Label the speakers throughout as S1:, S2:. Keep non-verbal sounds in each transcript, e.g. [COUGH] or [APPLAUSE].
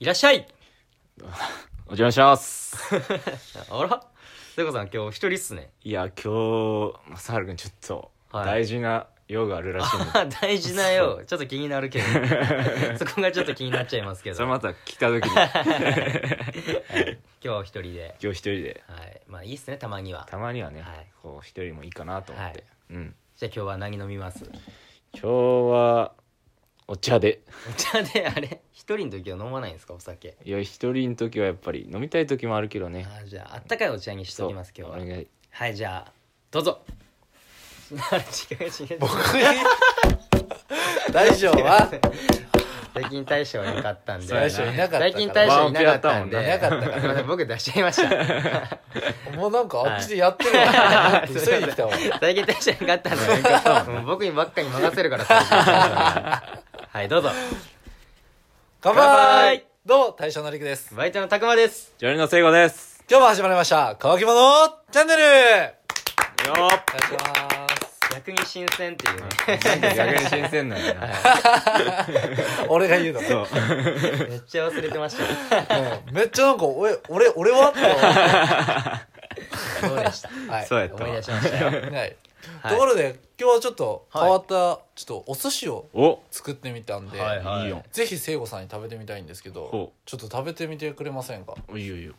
S1: いらっしゃい
S2: お邪魔します。
S1: あら聖子さん今日一人っすね
S2: いや、今日、まさはるくんちょっと、
S1: はい
S2: 大事な用があるら
S1: [LAUGHS]
S2: しいんで、
S1: あ大事なよちょっと気になるけどそこがちょっと気になっちゃいますけ
S2: そ
S1: ど
S2: れ
S1: 今
S2: また来た時に、今
S1: 日はお一人で、
S2: 日一人で、
S1: はい、まあいいっすねたまには
S2: たまにはね、
S1: はい
S2: こう、一人もいいかなと思って、
S1: は
S2: うん。
S1: じゃあ今日は何飲みます
S2: 今日は、お茶で。
S1: お茶であれ一人の時は飲まないんですかお酒
S2: いや、一人の時はやっぱり、飲みたい時もあるけどね。
S1: あじゃああったかいお茶にしときます
S2: そう
S1: 今
S2: お
S1: 日は
S2: 願い。
S1: はいじゃあどうぞ [LAUGHS] 違う違う違う
S3: [LAUGHS] 大将は
S1: 最近大賞いなかったんで
S3: 大将いなかったから
S1: 最近大賞いなかったん
S2: ワン
S1: で
S2: ピ
S3: やったもんない
S1: ません [LAUGHS] 僕出しちゃいました
S3: もうなんかあっちでやってるわ急いできた
S2: [LAUGHS]
S3: わ
S1: 最近大賞いなかったんでもう僕にばっかに任せるから最近はいどうぞ
S3: 乾
S1: 乾杯
S3: 杯どうも大将のりくです
S1: バイトのたくまです
S2: ジョニーの聖子です。
S3: 今日も始まりました乾き物チャンネル
S2: よ
S3: お願いします
S1: 逆に新鮮っていうね
S2: ー逆に新鮮なんだな。
S1: [LAUGHS]
S3: 俺が言うの
S2: そう。
S1: めっちゃ忘れてました
S3: うんめっちゃなんか俺俺俺はって思
S2: [LAUGHS]
S1: そうでした
S3: うはい
S2: そうやった
S1: 思い
S2: わ
S1: 出し。ましたよ
S3: はい
S1: はい
S3: ところで今日はちょっと変わったちょっとお寿司を
S2: お
S3: 作ってみたんで
S1: はい
S2: いいよ。
S3: ぜひ聖子さんに食べてみたいんですけど
S2: ほ
S3: ちょっと食べてみてくれませんか
S2: いいよいいよ。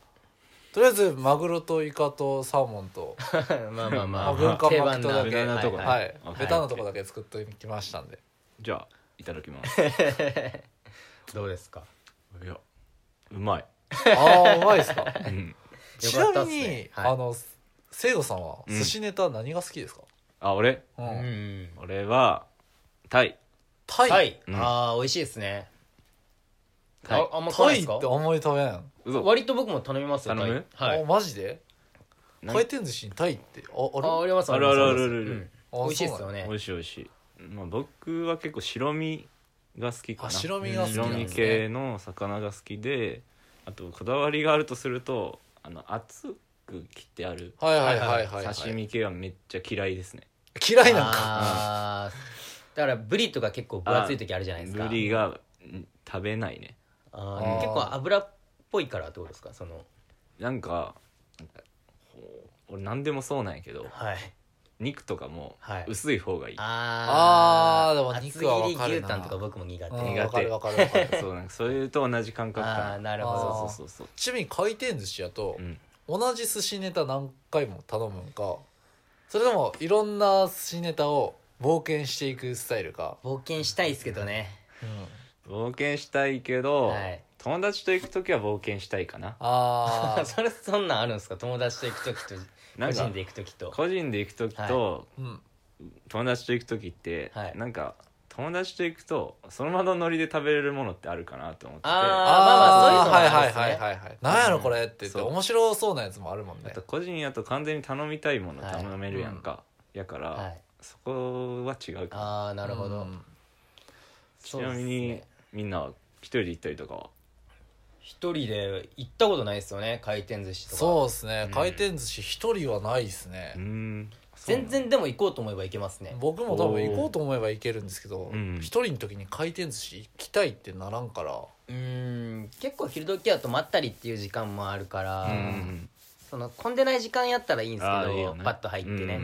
S3: とりあえずマグロとイカとサーモンと
S1: [LAUGHS] まあまあまあ
S3: 文化マクトだけ
S1: 定番な
S2: 無駄なとこね
S1: はい
S3: はい
S2: はい
S3: ベタなとこだけ作ってきましたんで
S2: じゃあ、いただ
S1: [LAUGHS]
S2: きます。い
S1: どうですか
S2: や、うまい。
S3: ああうまいで
S1: [LAUGHS]
S3: すか
S2: うん。
S3: ち
S1: よかっ
S3: な
S1: たっ
S3: み
S1: すね
S3: に
S1: はい
S3: あの聖子さんは
S2: うん
S3: 寿司ネタ何が好きですか
S2: あ、俺
S3: う
S1: うんん
S2: 俺は、タイ。
S3: タイ
S1: タ
S3: タ
S1: イ
S3: イ
S2: うん
S1: ああ美味しいですね
S2: タイ
S1: ああんま買わないです
S3: って
S1: か
S3: あんまり食べん
S2: 嘘
S1: 割と僕も頼みますよ
S2: 頼む
S1: タイはい
S3: あマジで
S2: 何
S3: 回転寿司にタイってああ
S1: ああ
S3: れ
S1: ります
S2: あるあるあるある
S1: うん
S3: あ
S1: 美味しいです
S3: そ
S1: よ
S3: うなんだ
S1: ね
S2: 美味しい美味しい、まあ、僕は結構白身が好きかな
S3: あ白身が好き
S2: 白
S3: なん
S2: 身
S3: ですね
S2: 系の魚が好きであとこだわりがあるとするとあの厚く切ってある
S3: はいはいはいはいはい
S2: 刺身系はめっちゃ嫌いですね
S3: 嫌いなんか
S1: あー [LAUGHS] だからブリとか結構分厚い時あるじゃないですか
S2: ぶりがん食べないね
S1: あ
S3: う
S1: ー
S3: ん
S1: 結構油っぽいからどうですかその
S2: なんかなんかほう俺何でもそうなんやけど
S1: はい
S2: 肉とかも
S1: はい
S2: 薄い方がいい、
S1: あ
S3: あーでも肉は
S1: 厚
S3: 分
S1: 切
S3: か
S1: り
S3: る
S1: 牛
S3: な
S1: タンとか僕も苦手
S3: うん
S2: 苦手
S3: わかるわかるわかる
S2: そうなんかそれと同じ感覚か
S3: [LAUGHS]
S1: あ
S2: な
S1: あなる
S3: ー
S1: ほ
S2: そうそうそうそう
S3: ちなみに回転寿司やと
S2: うん
S3: 同じ寿司ネタ何回も頼むんかそれともいろんな寿司ネタを冒険していくスタイルか、
S1: ど冒険したいですけどね
S2: 冒険したいけど、
S1: はい
S2: 友達と行く時は冒険したいかな
S3: ああ
S1: [LAUGHS] それそんなんあるんですか友達と行く時と個
S2: なんか
S1: 人で行く時と
S2: 個人で行く時と、
S3: うん
S2: 友達と行く時って、
S1: はい
S2: なんか友達と行くとその場のノリで食べれるものってあるかなと思ってて
S1: あ
S2: あ
S1: まあまあそういうのもあ
S3: は
S1: りま
S3: い
S1: すね
S3: はいはいはいはいなんやろこれって言って
S2: そう
S3: 面白そうなやつもあるもんね
S2: と個人やと完全に頼みたいもの頼めるやんか、やから、
S1: はい
S2: そこは違うかな
S1: ああなるほど、
S3: うん
S2: ち
S1: そう
S2: な
S1: です
S2: み
S1: ね
S2: に、みんなは一人で行ったりとかは
S1: 一人で行ったことないですよね回転寿司とか
S3: そうですね、
S1: うん
S3: 回転寿司一人はないですね
S2: うー、んそうな
S1: 全
S2: の
S1: 然でも行こうと思えば行けますね
S3: 僕も多分行こうと思えば行けるんですけど
S2: おーうん
S3: 一、人の時に回転寿司行きたいってならんから
S1: うーん結構昼時はとまったりっていう時間もあるから、
S2: うん
S1: その混んでない時間やったらいいんです
S2: あ
S1: け
S2: ー
S1: ど
S2: いいよね
S1: パッと入ってね、
S2: う
S3: うんんう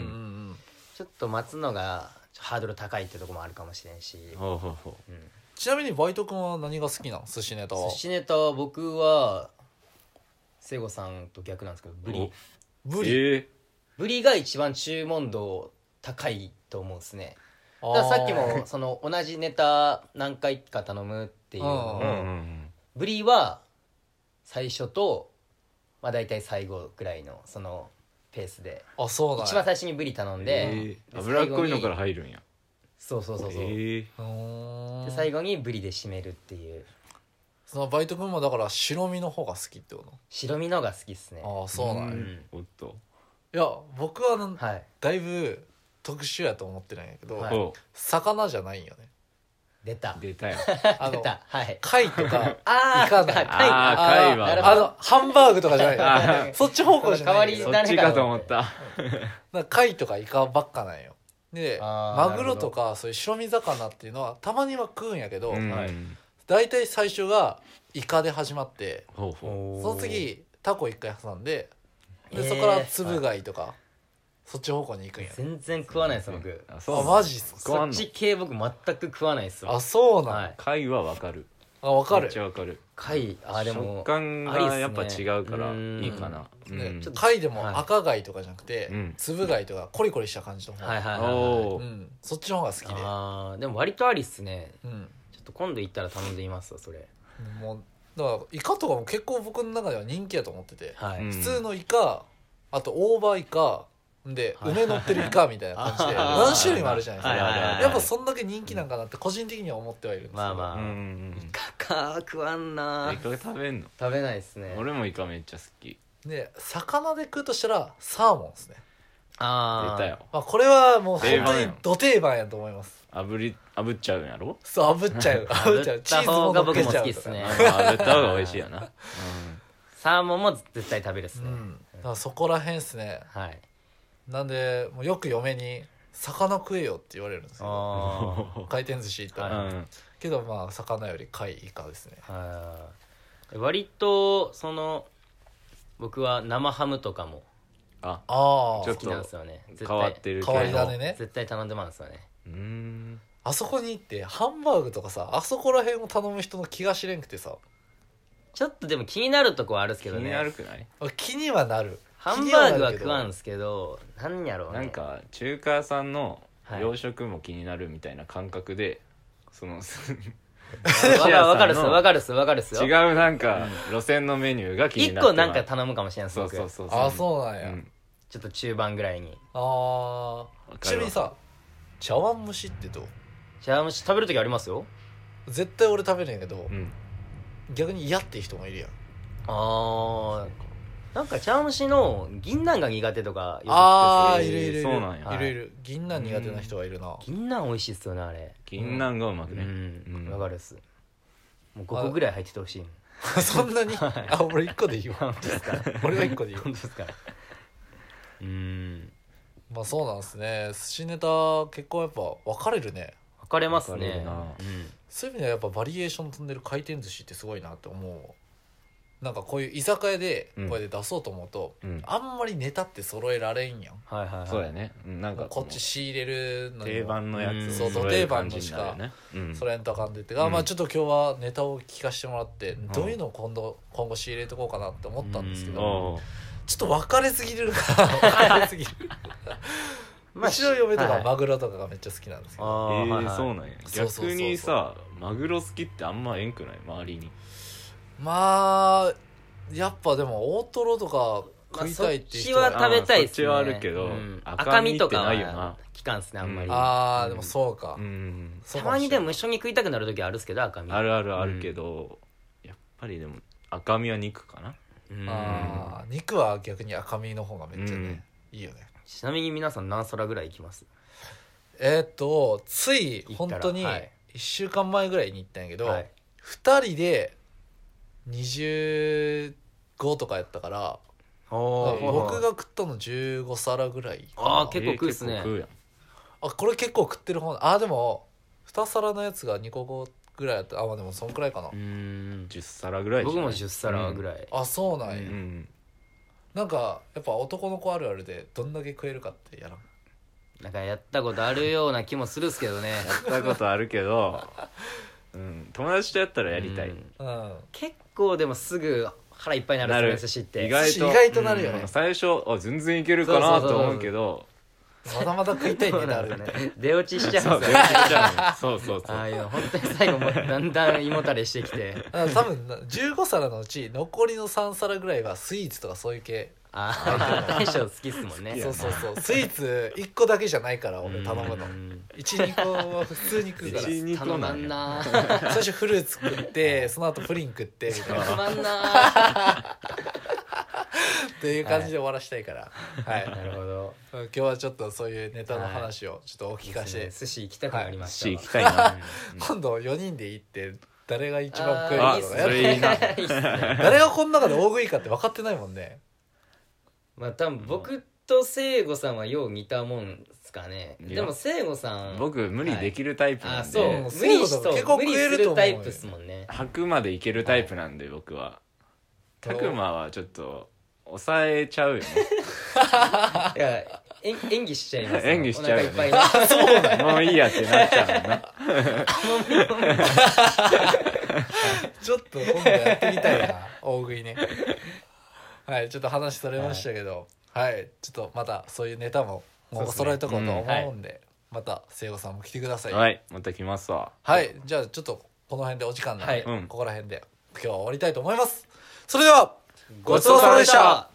S3: ん
S1: ちょっと待つのがちょっとハードル高いってとこもあるかもしれんし、
S2: ほうほうほ
S1: うん、
S3: ちなみにバイト君は何が好きなん寿司ネタは
S1: 寿司ネタは僕は聖子さんと逆なんですけど
S2: う
S1: ブリ
S2: お
S3: ブリ、
S2: え
S1: ブリが一番注文度高いと思うんですねだからさっきもその同じネタ何回か頼むっていうのも
S2: ー
S3: う
S2: うんうん
S1: ブリは最初と、まあ、大体最後ぐらいのそのペースで
S3: あーあそうなん
S1: 一
S3: や
S1: 番最初にブリ頼
S2: うん
S1: で,
S2: ん
S1: で、
S2: えー脂っこいの
S1: 最後
S2: から
S1: に
S2: 入るんや
S1: そうそうそうそう、
S2: えー
S3: うーん
S1: で最後にブリで締めるっていう
S3: そのバイト君もだから白身の方が好きってこ
S1: 白身のが好きっすね
S3: とああそうなんや、
S1: うん
S3: い
S2: おっと
S3: や僕はなん
S1: はい
S3: だいぶ特殊やと思ってるんやけど、
S1: はい
S2: ほ
S3: 魚じゃない
S1: [LAUGHS]
S3: んよね
S1: 出た
S2: う出たよ
S3: あ
S1: 出
S3: の
S1: たはい
S3: 貝と
S1: [LAUGHS]
S3: か
S1: あー
S3: いかな
S1: 貝
S2: あー
S3: い
S2: 貝は
S1: なるほ
S3: あ
S1: ど
S3: のハンバーグとかじゃない
S1: あー
S3: そっち方向じゃないんやけ
S1: そ
S3: ど
S1: の代わり
S2: [LAUGHS] そっちかと思った
S3: なんか貝とかイカばっかなんよで
S1: あー
S3: マグロとかそういう白身魚っていうのはたまには食うんやけど、
S2: うん
S1: はい
S3: 大体最初がイカで始まって
S2: ほうほ
S1: そ
S3: その次タコ一回挟んででそこからつぶ貝とか、そっち方向に行くんや
S1: 全然食わないです
S2: う
S1: 僕
S2: あそう
S3: あ
S2: なの
S3: マジっすか
S2: 食わ
S1: そ
S2: ん
S1: っ
S2: の
S1: ち系僕全く食わないですわ
S3: あそうなん、
S1: はい
S2: 貝はわかる
S3: あ分か
S2: め
S3: る
S2: っちゃわかる
S1: 貝あでも
S2: 食感
S1: ありっす
S2: が
S1: ね
S2: やっぱ違うからいいかなう
S3: ね
S2: ん
S3: ちょっと貝で
S1: はい
S3: も赤貝とかじゃなくて、
S2: うん
S3: つぶ貝とかコリコリした感じの方、
S1: はいはいはい、はい
S2: お
S3: う
S2: ー
S3: ん、そっちの方が好きで、
S1: あーでも割とありっすね
S3: うん、
S1: ちょっと今度行ったら頼んでいますわそれ
S3: もうだからイカとかも結構僕の中では人気やと思ってて、
S1: はい、
S2: うん
S3: 普通のイカあと大葉イカで
S1: はい
S3: 梅乗ってるイカみたいな感じ
S1: [LAUGHS]
S3: で
S1: あー
S3: 何種類もあるじゃないですか、
S1: はいはいはいはい
S3: やっぱそんだけ人気なんかなって個人的には思ってはいるんですけど
S1: まあま
S2: う
S1: あ、
S2: んうん
S1: イカか食わん
S2: うん
S1: な
S2: イカ食べんの
S1: 食べないですね
S2: 俺もイカめっちゃ好き
S3: で魚で食うとしたらサーモンですね、
S1: ああ
S2: 出たよ
S3: まあ、これはもう
S2: 定
S3: 本
S2: 番
S3: 当
S2: やん
S3: にど定番やと思います
S2: 炙り炙っちゃうんやろ
S3: そう炙っちゃう炙っちゃうチーズも乗っけちゃ
S1: 炙った方が僕も
S3: うとか、
S1: 好きっすね
S2: あー炙った方が美味しいよ
S3: [LAUGHS]
S2: な
S1: サーモンも絶対食べるっす
S3: う
S1: ね、
S3: ん、だからそこら辺ですね
S1: はい
S3: なんでもうよく嫁に「魚食えよ」って言われるんですよ
S1: あ
S3: 回転寿司行ったら、
S2: うんうん
S3: けどまあ魚より貝イカですね
S1: ーあー割とその僕は生ハムとかも
S2: あ
S3: あ
S2: ち
S1: 好
S2: ょ
S3: あ
S2: っ
S1: きなんですよね
S2: 変わってるけど
S3: 変わり種ね
S1: 絶対頼んでますよね
S2: うーん
S3: あそこに行ってハンバーグとかさあそこら辺を頼む人の気が知れんくてさ
S1: ちょっとでも気になるとこはあるっす
S2: 気
S1: けど
S2: に
S1: ね
S2: なるくない
S3: 気にはなる
S1: ハンバーグは
S3: 気
S1: 食
S3: にな
S1: わ
S3: る
S1: んすけどなんやろうね
S2: なんか中華屋さんの
S1: はい
S2: 洋食も気になるみたいな感覚で
S1: [LAUGHS]
S2: その
S1: わかるわかるっす
S2: 寿司屋さんの
S1: わかるっすわかるっすよ
S2: 違うなんか路線のメニューが気に
S1: 一
S2: なって
S1: 個
S2: ま
S1: な
S2: うん
S1: か頼むかもしれないす
S2: そう
S1: 僕
S2: そうそう
S3: けどあそうなんや、
S2: ん
S1: ちょっと中盤ぐらいに
S3: あ
S2: わ
S3: あ
S2: か
S3: ち
S2: るわ
S3: なみにさ茶碗蒸しってどう
S1: 茶碗蒸し食べる時ありますよ
S3: 絶対俺食べるんやけど、
S2: うん
S3: 逆に嫌っていう人もいるやん
S1: ああなんか茶碗蒸しの銀杏が苦手とかよく聞くっすよ
S3: あ
S2: ー
S3: あいるいるいる
S2: そうなんや
S3: いるいる銀杏苦手な人はいるな
S1: 銀杏美味しいっすよねあれ
S2: 銀杏がうまく
S1: う
S2: ね
S1: ん
S2: うん
S1: わかるっすもう5個ぐらい入っててほしい
S3: [LAUGHS] そんなにあ俺1個でい
S2: [LAUGHS]
S3: いわ
S1: 本当ですか
S3: 俺は1個でいいわ
S1: 本当ですかうん
S3: まあそうなんですね寿司ネタ結構やっぱ分かれるね
S1: 分かれます
S2: 分かれ
S1: ね
S2: るな
S1: うん
S3: そういう意味ではやっぱバリエーション飛んでる回転寿司ってすごいなって思うわなんかこういう居酒屋で
S2: うん
S3: こうやって出そうと思うと、
S2: うん
S3: あんまりネタって揃えられんやん
S1: はいはいはい
S2: そうやねうんなんか
S3: こっち仕入れるのにも
S2: 定番のやつ
S1: うん
S2: を揃える感じになるよねうん
S3: それんとあかんでって、あま
S2: う
S3: あ
S2: ん
S3: ちょっと今日はネタを聞かせてもらって、どういうのを今度今後仕入れてこうかなって思ったんですけ
S1: う
S3: ど、
S1: ん
S2: おう
S3: ちょっと分かれすぎるから分かれすぎる
S1: [LAUGHS] まあ
S3: うちの嫁と
S1: はいは
S3: か
S1: い
S3: マグロとかがめっちゃ好きなんですけ
S1: あ
S3: ど
S2: え
S1: ーはいは
S2: ー
S1: い
S2: そうなんや
S3: そうそうそうそう
S2: 逆にさマグロ好きってあんまえんくない周りに
S3: まあやっぱでも大トロとか食いたいっていう人
S1: まあ、
S3: は
S1: そっちは食べたいっすね
S2: あーそっちはあるけど
S1: うん赤
S2: 赤
S1: 身
S2: 身って
S1: とか
S2: ないよな
S1: は効かんっすねあんまり、
S2: うん
S3: ああ
S1: うん
S3: でもそうか、
S2: うん
S3: そう
S1: たま
S3: かもし
S1: に
S3: れ
S1: で
S3: ない
S1: も一緒に食いたくなる時あるっすけど赤身
S2: あるあるあるけどやっぱりでも赤身は肉かな
S1: うん
S3: あー肉は逆に赤身の方がめっちゃね、いいよね
S1: ちなみに皆さん何皿ぐらい行きます
S3: えーっとつい
S1: 行っ
S3: 本
S1: たら
S3: 当に
S1: はい
S3: 1週間前ぐらいに行ったんやけど、
S1: はい
S3: 2人で25とかやったから
S1: おー
S3: 僕が食ったの15皿ぐらい
S1: あー結構食うっすね
S2: えー結構食うやん
S3: あこれ結構食ってる方あーでも2皿のやつが2個ぐらいやったあまあでもそんくらいかな、
S1: うーん
S2: 10皿ぐらいじゃ
S1: 僕
S2: ない
S1: も10皿ぐらい、
S3: あそうなんや、
S2: うんうん
S3: なんかやっぱ男の子あるあるでどんだけ食えるかってやらん
S1: なんかやったことあるような気もするっすけどね
S2: やったことあるけど [LAUGHS] うん友達とやったらやりたい
S1: うん
S3: うん
S1: 結構ででもすぐ腹いっぱいになるっすね寿司って
S2: 意外
S3: 寿
S2: と
S3: 司意外となるよね
S2: うん最初あ全然いけるかなと思うけど
S3: まだまだ食いたい
S1: そう
S3: ネタ
S1: な
S3: あ
S1: ん
S3: る
S1: で
S3: よ
S1: す [LAUGHS] ね出落ち
S3: ね
S1: しちゃ
S2: そううん
S1: です
S2: 全
S1: よ
S2: 然いけちゃうそうそうそ
S1: ああ
S2: う
S1: いうの本当に最後もうだんだん胃もたれしてきて
S3: あ多分な15皿のうち残りの3皿ぐらいはスイーツとかそういう系
S1: ああ大将好きっすもんね
S3: そうそうそうスイーツ1個だけじゃないから俺頼むの
S1: うん
S3: 12個は普通に食うから
S2: 一二個
S1: 頼ま
S2: なん
S1: ん
S2: や
S1: な
S3: 最初フルーツ食ってその後プリン食ってみ [LAUGHS] たいな
S1: 頼まんな
S3: っていう感じで終わらしたいからはい、
S1: なるほど
S3: 今日はちょっとそういうネタの話をちょっとお聞かせ、
S1: 寿司行きたくなりま
S2: 寿
S1: した
S2: 司
S1: わ
S2: 行きたいな
S3: 今度4人で行って誰が一番食える
S1: あ
S3: か
S1: あいい
S3: と
S1: っす
S3: か
S1: ね
S3: やる
S2: れいいな
S1: っすね
S3: 誰がこの中で大食いかって分かってないもんね
S1: [LAUGHS] まあ多分僕と聖子さんはよう似たもんですかね
S2: いや
S1: でも聖子さん
S2: 僕無理できるタイプ
S1: あ
S2: なんで、
S1: そう
S3: うん
S1: 無理し
S3: 聖子さ
S1: と
S3: ん結構
S1: 無理
S3: 食え
S1: す
S3: ると思
S1: る
S3: うよ
S1: タイプですもんね
S2: 吐くまでいけるタイプなんで僕は
S3: どう
S2: 拓磨はちょっと抑えちゃうよね
S1: いや演演技しちゃいます
S2: 演技しちゃうよね
S1: お腹いっぱいに
S2: もういいやってなっちゃうもんな
S3: ちょっと今度やってみたいな大食いねはいちょっと話されましたけどはい、ちょっとまたそういうネタももう揃えとこうと思うんで
S1: そうですね
S3: また聖子さんも来てください、
S2: はいいまた来ますわ
S3: はいじゃあちょっとこの辺でお時間なんで、
S1: はい
S2: うん
S3: ここら辺で今日は終わりたいと思いますそれでは
S2: [LAUGHS]
S1: ごちそうさまでした